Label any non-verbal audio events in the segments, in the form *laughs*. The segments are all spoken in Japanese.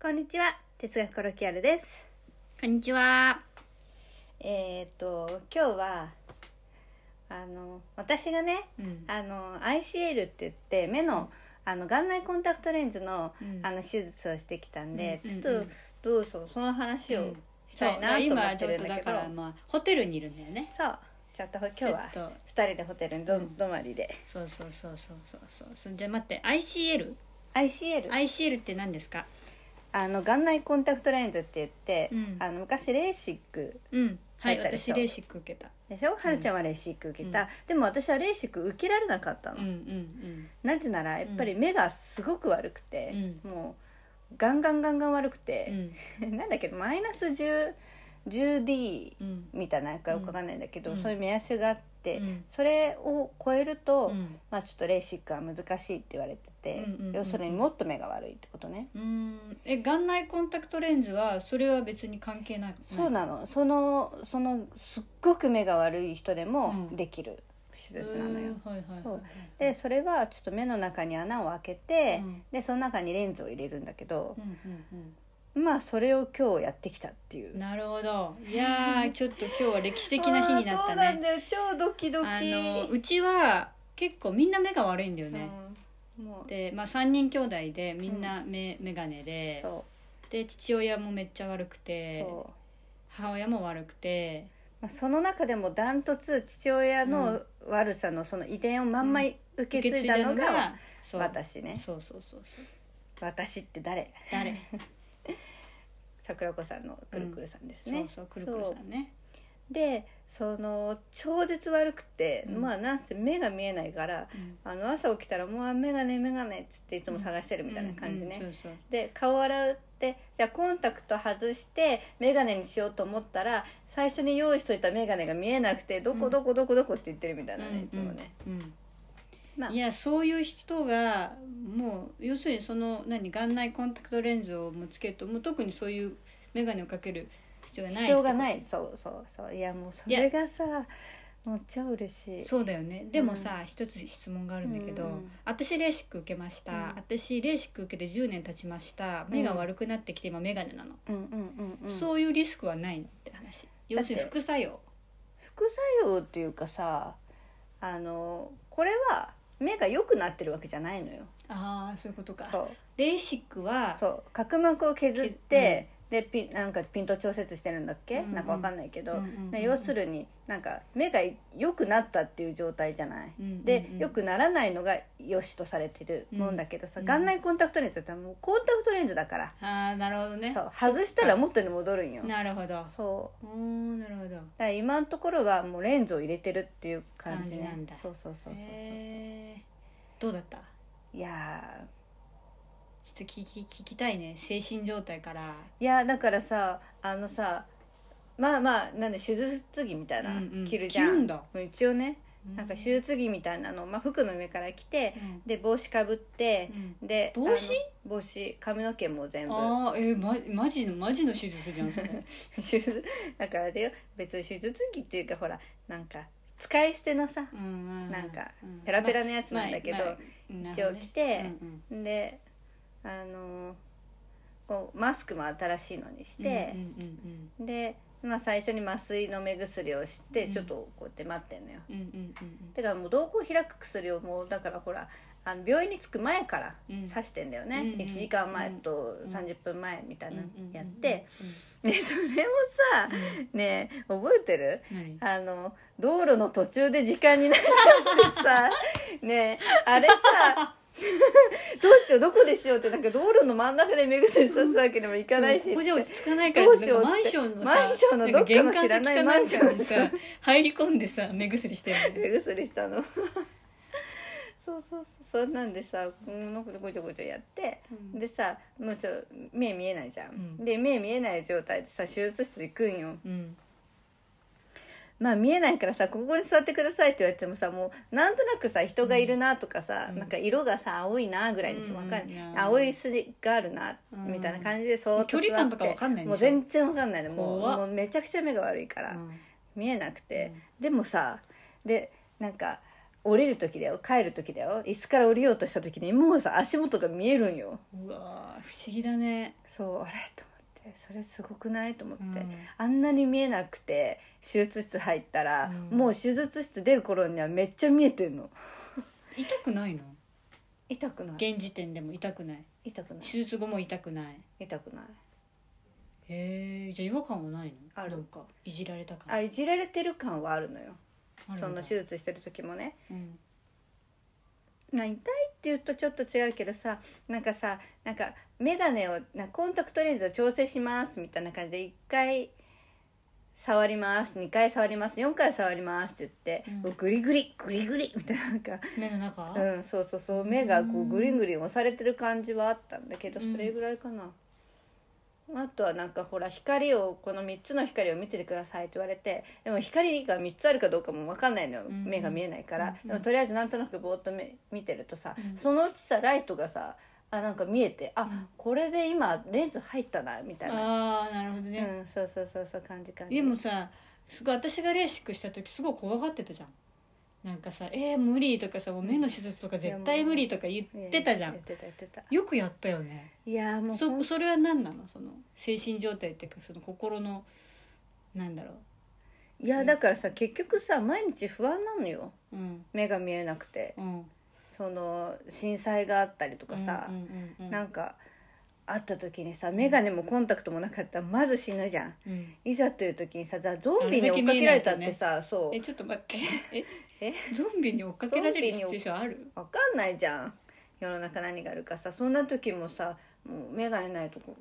こんにちは哲学コロキアルですこんにちは。えーっと今日はあの私がねうんあの ICL って言って目のあの眼内コンタクトレンズの,、あの手術をしてきたんで、うんうんうんちょっとどうぞその話うをんしたいなと思ってるんだ今ちょっとだけかど、らまあホテルにいるんだよね。そうちょっと今日はちょっと2人でホテルにど,、うん泊まりでそうそうそうそうそうそうそう。じゃあ待って ICL。 ICL ICL って何ですか。あの眼内コンタクトレンズって言って、うんあの昔レーシックうん。はい。入ったでし私ょレーシック受けた。でしょはるちゃんはレーシック受けた、うんでも私はレーシック受けられなかったうの、んうんなぜならやっぱり目がすごく悪くて、もうガンガンガンガン悪くうんうて、*laughs* んなんだっけどマイナス 10, 10D うん。みたいなのかよくわかんないんだけど、うんそういう目安があって、うんそれを超えると、うんまあ、ちょっとレーシックは難しいって言われてて、うんうんうん要するにもっと目が悪いってことね。うんえ眼内コンタクトレンズはそれは別に関係ないそうなの、そのそのすっごく目が悪い人でもうんできる手術なのよ。はいはいはいそはういでそれはちょっと目の中に穴を開けて、うんでその中にレンズを入れるんだけどう、んうんまあそれを今日やってきたっていううんなるほどいやーちょっと今日は歴史的な日になあーったそうなんねだよ超ドキドキあのうちは結構みんな目が悪いんだよね、うんもうで、まあ、3人兄弟でみんな目、眼鏡でそうで父親もめっちゃ悪くてそう、母親も悪くてまあ、その中でもダントツ父親の悪さのその遺伝をまんまうん受け継いだのがそう私ね、そうそうそうそう私って誰 *laughs* 誰、桜子さんのくるくるさんですね、そうそうくるくるさんねでその超絶悪くて、うんまあなんせ目が見えないからうんあの朝起きたら「もうあ眼鏡眼鏡」っつっていつも探してるみたいな感じね、うんうんそうそうで顔洗ってじゃあコンタクト外して眼鏡にしようと思ったら最初に用意しといた眼鏡が見えなくて「どこどこどこどこ」って言ってるみたいなね、いつもね。うんうんまあいやそういう人がもう要するにその何眼内コンタクトレンズをもうつけるともう特にそういう眼鏡をかける必要がない必要がないそうそうそういやもうそれがさもう超嬉しいそうだよねでもさ、一つ質問があるんだけど、うんうん私レーシック受けました、うん私レーシック受けて10年経ちました目が悪くなってきて今眼鏡なの、うんうんうんうんそういうリスクはないのって話要するに副作用副作用っていうかさあのこれは目が良くなってるわけじゃないのよああそういうことそうレーシックはそう角膜を削って、でピンなんかピント調節してるんだっけ、うんうんなんかわかんないけど、うんうんうんで要するになんか目が良くなったっていう状態じゃない、うんうんうんで良くならないのが良しとされてるもんだけどさ、うん眼内コンタクトレンズだったらもうコンタクトレンズだから、ああなるほどねそう外したらそっ元に戻るんよかなるほどそうおーなるほどだから今のところはもうレンズを入れてるっていう感じ,、ね、感じなんだそうそうそうそうそう、へえどうだったいやーちょっと聞き聞きたいね精神状態からいやだからさあのさまあまあなんで手術着みたいなうんうん着るじゃん,、着るんだもう一応ねなんか手術着みたいなの、まあ、服の上から着てうんで帽子かぶってう、んで帽子あの帽子髪の毛も全部ああえー、ま、マジのマジの手術じゃんそれ *laughs* 手術だからあれだよ別に手術着っていうかほらなんか使い捨てのさうんうんうんなんかうんペラペラのやつなんだけど、まあまあ一応来てなるほどねであのこうマスクも新しいのにしうんうんてうん、うんで、まあ、最初に麻酔の目薬をしてうんちょっとこうやって待ってんのよ、うんうんうんうんだからもう瞳孔を開く薬をもうだからほらあの病院に着く前からうん刺してんだよね、うんうん1時間前とうん30分前みたいなのうんうんうんやって、でそれをさうんうんねえ覚えてる何あの道路の途中で時間になっちゃって *laughs* さねえあれさ *laughs* どうしようどこでしようってなんか道路の真ん中で目薬さすわけにもいかないしでもここじゃ落ち着かないからどうしようなんかマンションのさマンションのどっかの知らないマンションににささ入り込んでさ目薬してるね目薬したの *laughs* そうそうそうそんなんでさこのごちょごちょやってでさもうちょっと目見えないじゃん、うんで目見えない状態でさ手術室行くんようんまあ見えないからさここに座ってくださいって言われてもさもうなんとなくさ人がいるなとかさ、うんなんか色がさ青いなぐらいにしか分かんない、うん青い筋があるなうんみたいな感じでそーっと座って距離感とか分かんないんもでしょう全然分かんないのもう怖っもうめちゃくちゃ目が悪いから、うん見えなくて、でもさでなんか降りる時だよ帰る時だよ椅子から降りようとした時にもうさ足元が見えるんようわー不思議だね、そうあれと思ってそれすごくないと思っうて、んあんなに見えなくて手術室入ったら、うんもう手術室出る頃にはめっちゃ見えてんの痛くないの痛くない現時点でも痛くない痛くない手術後も痛くない痛くないへえじゃあ違和感はないのあるなんかいじられた感あいじられてる感はあるのよあるんだその手術してる時もねうんまあ痛いって言うとちょっと違うけどさなんかさなんか眼鏡をなコンタクトレンズを調整しますみたいな感じで1回触ります2回触ります4回触りますって言って、うんグリグリグリグリみたいななんか、目の中、うん、そうそうそう目がこううんグリングリン押されてる感じはあったんだけどうんそれぐらいかな、あとはなんかほら光をこの3つの光を見ててくださいって言われてでも光が3つあるかどうかも分かんないのよ、うん目が見えないから、うんでもとりあえずなんとなくぼーっと目見てるとさ、うんそのうちさライトがさあなんか見えてあ、うんこれで今レンズ入ったなみたいな、あーなるほどうね、ん、そうそうそうそう感じ感じでもさすごい私がレーシックした時すごい怖がってたじゃんなんかさ「えー、無理」とかさ「もう目の手術とか絶対無理」とか言ってたじゃ言っんてた言ってたよくやったよねいやーもうほんそそれは何なのその精神状態っていうかその心のなんだろいやだからさ結局さ毎日不安なのよううん目が見えなくてうんその震災があったりとかさ、うんうんうんうんなんかあった時にさ眼鏡もコンタクトもなかったらまず死ぬじゃんうんいざという時にさだゾンビに追っかけられたってさ、そうえちょっと待ってえ *laughs* えゾンビに追っかけられるゾンビにシ追っチュエーションあるわかんないじゃん世の中何があるかさそんな時もさもう眼鏡ないとこ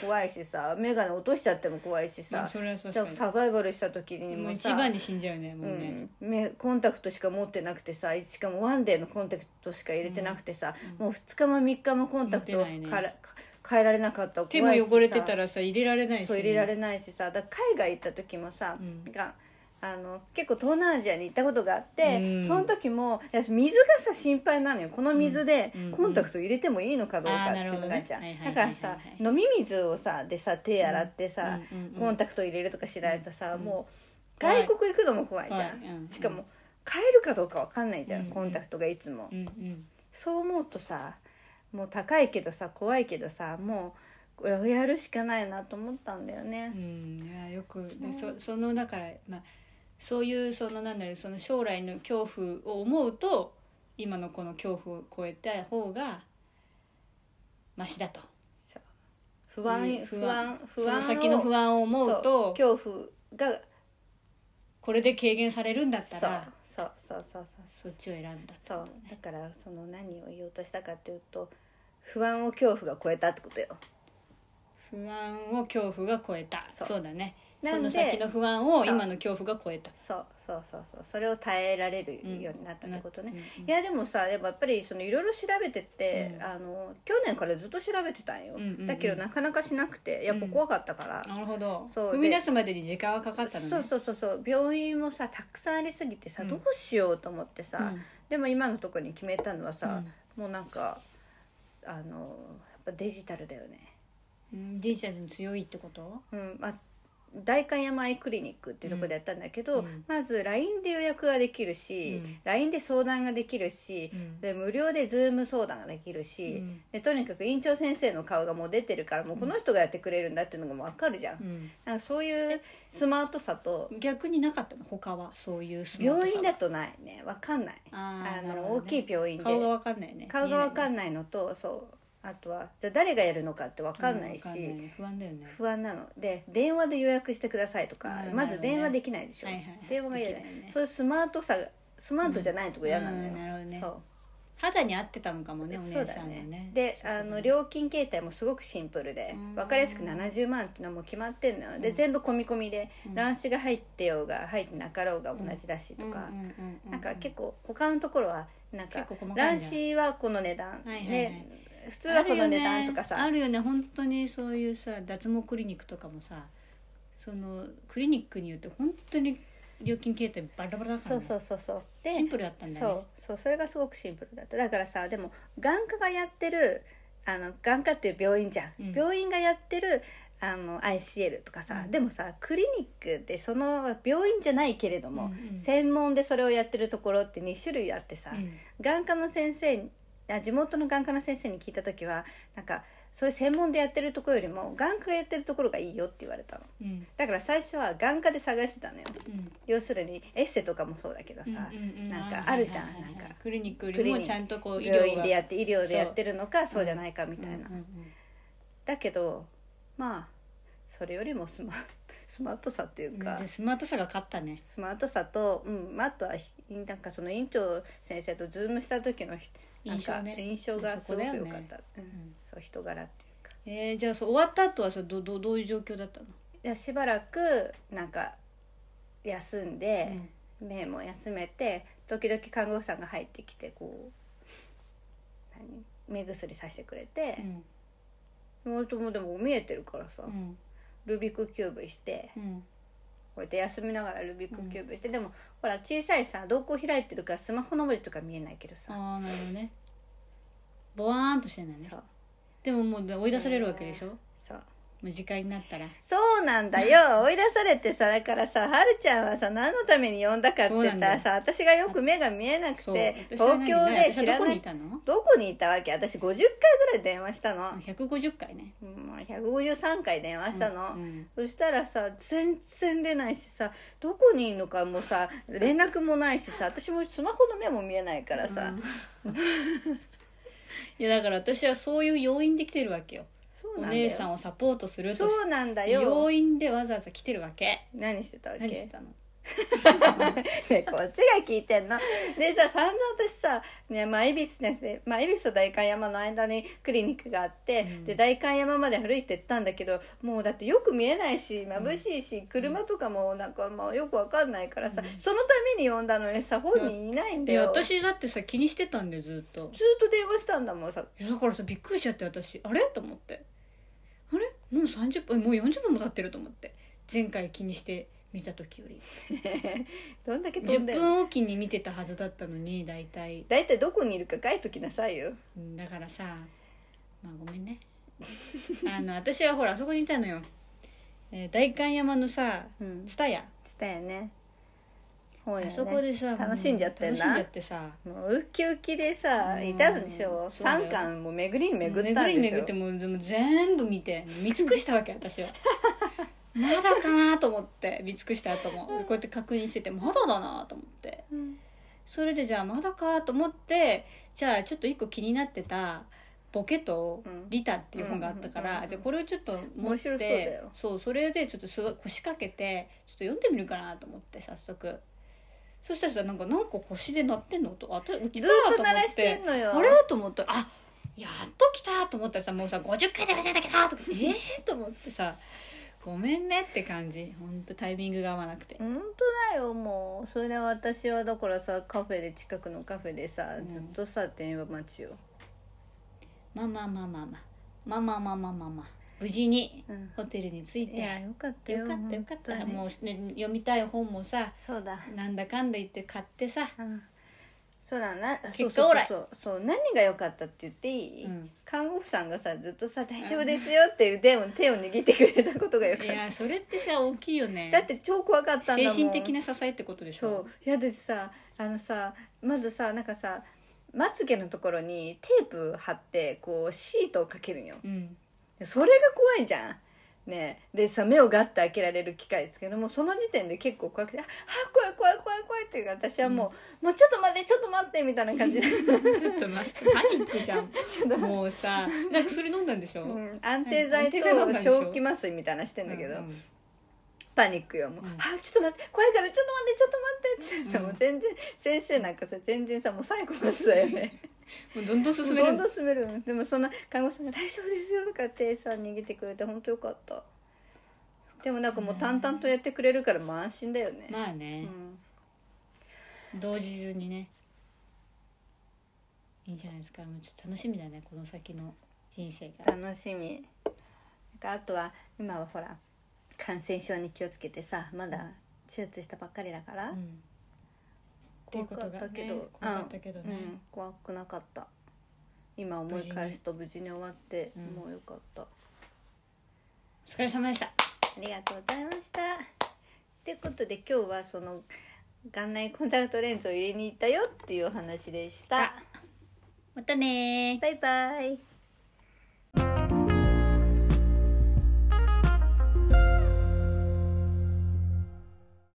怖いしさ眼鏡落としちゃっても怖いしまあさ、それはそうじゃあ確かサバイバルした時ににもうも一さ番に死んじゃうねもううね、ん、目コンタクトしか持ってなくてさしかもワンデーのコンタクトしか入れてなくてさ、うんもう2日も3日もコンタクトを持てなかいら、ねか変えられなかったら手も怖いしさ汚れてたらさ入れられないしね、そう入れられないしさだから海外行った時もさ、うんがあの結構東南アジアに行ったことがあって、うんその時も私水がさ心配なのよこの水でうんうんコンタクト入れてもいいのかどうかっていうのがあるじゃあーなるんほどねだからさ、はいはいはい飲み水をさでさ手洗ってさ、うんうんうんコンタクト入れるとかしないとさ、うんもう外国行くのも怖いじゃん、はいうんしかも変えるかどうか分かんないじゃん、うんうんコンタクトがいつも、うんうんそう思うとさもう高いけどさ怖いけどさもうやるしかないなと思ったんだよねう、んいやよく、ねそそのだから、まあ、そういうそのなんだろうその将来の恐怖を思うと今のこの恐怖を超えた方がマシだと不安、うん不安不そ安の先の不安を思うとそう恐怖がこれで軽減されるんだったらそうそうそうそうそっちを選んだそうとそうだからその何を言おうとしたかっていうと不安を恐怖が超えたってことよ不安を恐怖が超えたそそううだねなそんので先の不安をそう今の恐怖が超えたそうそうそうそうそれを耐えられるうんようになったってことね、うんいやでもさやっぱやっぱりそのいろいろ調べてって、うんあの去年からずっと調べてたんよ、うんうんうんだけどなかなかしなくてやっぱ怖かったから、なるほどそう踏み出すまでに時間はかかったのねそうそうそうそう病院もさたくさんありすぎてさ、うんどうしようと思ってさ、うんでも今のとこに決めたのはさ、うんもうなんかあのやっぱデジタルだよね、うんデジタルに強いってことうんまあ、代官山アイクリニックっていうところでやったんだけど、うんうんまず LINE で予約ができるし、うん LINE で相談ができるし、で無料で Zoom 相談ができるし、うんでとにかく院長先生の顔がもう出てるからもうこの人がやってくれるんだっていうのがもう分かるじゃん,、なんかそういうスマートさと逆になかったの他はそういうスマート病さ院はだとないね分かんないああーなるのほ大どねきい病院で顔がわかんないね顔が分かないんないのとそうあとはじゃあ誰がやるのかって分かんないし、わかんない不安だよね不安なので電話で予約してくださいとか、うんまず電話できないでしょ、はいはい電話が嫌だ、できないねそういうスマートさがスマートじゃないとこ嫌なのよ、うんなるほどねそう肌に合ってたのかもねおそう姉ださんのねでそうあだねの料金形態もすごくシンプルでうん分かりやすく70万っていうのはもう決まってんのよで、うん全部込み込みで、うん卵子が入ってようが入ってなかろうが同じだしとか、うんうんううなんか結構他のところはなんか結構細か卵いんだ子はこの値段、いはいはいね普通はこの値段とかさあるよねあるよね本当にそういうさ脱毛クリニックとかもさそのクリニックによって本当に料金形態バラバラだかそらねうそうそうそうでシンプルだったんだねそうそうそれがすごくシンプルだっただからさでも眼科がやってるあの眼科っていう病院じゃん、うん病院がやってるあの ICL とかさ、うんでもさクリニックでその病院じゃないけれども、うんうん専門でそれをやってるところって2種類あってさ、うん眼科の先生にあ地元の眼科の先生に聞いた時はなんかそういう専門でやってるところよりも眼科がやってるところがいいよって言われたのうんだから最初は眼科で探してたのようん要するにエッセとかもそうだけどさ、うんうんうんなんかあるじゃんはいはいはいはいなんかクリニックよりもちゃんとこう医療が病院でやって医療でやってるのかそそううじゃないかみたいな、うんうんだけどまあそれよりもスマ *laughs* スマートさといううんじゃか、あスマートさが勝ったねスマートさと、うん、まああとはひなんかその院長先生とズームした時のひなん印か象ね印象がすごくそこだよ良ねかった、うんんそう人柄っていうかえーじゃあそう終わった後はそうどどどういう状況だったのいやしばらくなんか休んで、目も休めて時々看護婦さんが入ってきてこう何目薬さしてくれうて、んもうともでも見えてるからさ、うんルービックキューブしてうんこうやって休みながらルービックキューブして、でもほら小さいさ瞳孔開いてるからスマホの文字とか見えないけどさ、ああなるほどねボワーンとしてんだねそうでももう追い出されるわけでしょもそうう時間になったらそうなんだよ追い出されてさだからさはるちゃんはさ何のために呼んだかってそうな言んっだたよらさ私がよく目が見えなくそうて私東は何京で私は知らどこなにいいたのどこにいたわけ私50回ぐらい電話したの、 150回ねもう153回電話したの、うんそしたらさ全然出ないしさどこにいるのかもさ連絡もないしさ私もスマホの目も見えないからさ、うん *laughs* いやだから私はそういう要因で来てるわけよそうおなんだよ姉さんをサポートするとしそうなんだて要よ因でわざわざ来てるわけ何してたわけ何してたのねこっちが聞いてんのでさ散々私さ、ねまあ、恵比寿ですね、まあ、恵比寿と代官山の間にクリニックがあって、うんで代官山まで歩いてったんだけどもうだってよく見えないし眩しいし、車とかもなんかまあよくわかんないからさ、うんそのために呼んだのにさ本人いないんだいやよず私だってさ気にしてたんでずっとっと電話したんだもんさいやだからさびっくりしちゃって私あれと思ってあれもう30分もう40分も経ってると思って前回気にして見た時より *laughs* どんだけ飛ん10でんの分おきに見てたはずだったのに大体大体どこにいるか書いときなさいようんだからさまあごめんねあの私はほらあそこにいたのよ、えー代官山のさうん蔦屋したよね本屋あねそこでさ楽しんじゃってんなもう楽しんじゃってさもうウキウキでさ、うんいたんでしょそうだよ3巻も巡りに巡巡ったんでしりょに巡ってもうでも全部見て見尽くしたわけ *laughs* 私はまだかなと思って見尽くした後もこうやって確認しててまだだなと思ってうんそれでじゃあまだかと思ってじゃあちょっと一個気になってた「ボケとリタ」っていう本があったかうんうんうんら、うんじゃあこれをちょっと持っ面白そうだてよそうそれでちょっとすわ腰掛けてちょっと読んでみるかなと思って早速そしたらさなんか何個腰で鳴ってんのとあとうちずかーっとと思鳴らっしててんのよあれと思ったらあやっと来たと思ったらさもうさ50回で忘れたけどとかええと思ってさごめんねって感じ本当タイミングが合わなくて、本当だよもうそれで私はだからさカフェで近くのカフェでさ、うんずっとさ電話待ちよ、まあまあまあまあまあまあまあまあまあまあまあ無事にうんホテルに着いいやてよかったよよかったよかった、本当にもう、ね、読みたい本もさそうだ、なんだかんだ言って買ってさ、うん、そうだな結果オーライそうそうそうそう何が良かったって言っていい、うん看護婦さんがさずっとさ「大丈夫ですよ」っていう手を手を握ってくれたことが良かっいたやそれってさ大きいよねだって超怖かったんだ精もん神的な支えってことでしそょういやでさあのさまずさなんかさまつげのところにテープ貼ってこうシートをかけるんようんそれが怖いじゃんねでさ目をガッて開けられる機械ですけどもその時点で結構怖くて「ああ怖い怖い怖い怖い」っていうか私はもう「もうちょっと待ってちょっと待って」みたいな感じでちょっと待ってパニックじゃん *laughs* ちょっと、もうさなんかそれ飲んだんでしょ、うん安定剤と安定剤飲んだんでしょ正気麻酔みたいなしてんだけど、うんうんパニックよもう、うんあちょっと待って怖いからちょっと待ってちょっと待って」ってうんもう全然先生なんかさ全然さもう最後 *laughs* のさよねもうどんどん進めるどんんどだん進めるのでもそんな看護師さんが「大丈夫ですよ」とかってさ逃げてくれて本当よかったでもなんかもう淡々とやってくれるからもう安心だよね、まあうね、ん、動じずにねいいんじゃないですかもうちょっと楽しみだねこの先の人生が楽しみなんかあとは今はほら感染症に気をつけてさまだ手術したばっかりだから、うんっていう怖こかとがっねたけど、怖かったけどねうんうん怖くなかった今思い返すと無事に終わって、うんもうよかったお疲れ様でしたありがとうございました。ってことで今日はその眼内コンタクトレンズを入れに行ったよっていうお話でした。またねーバイバイ。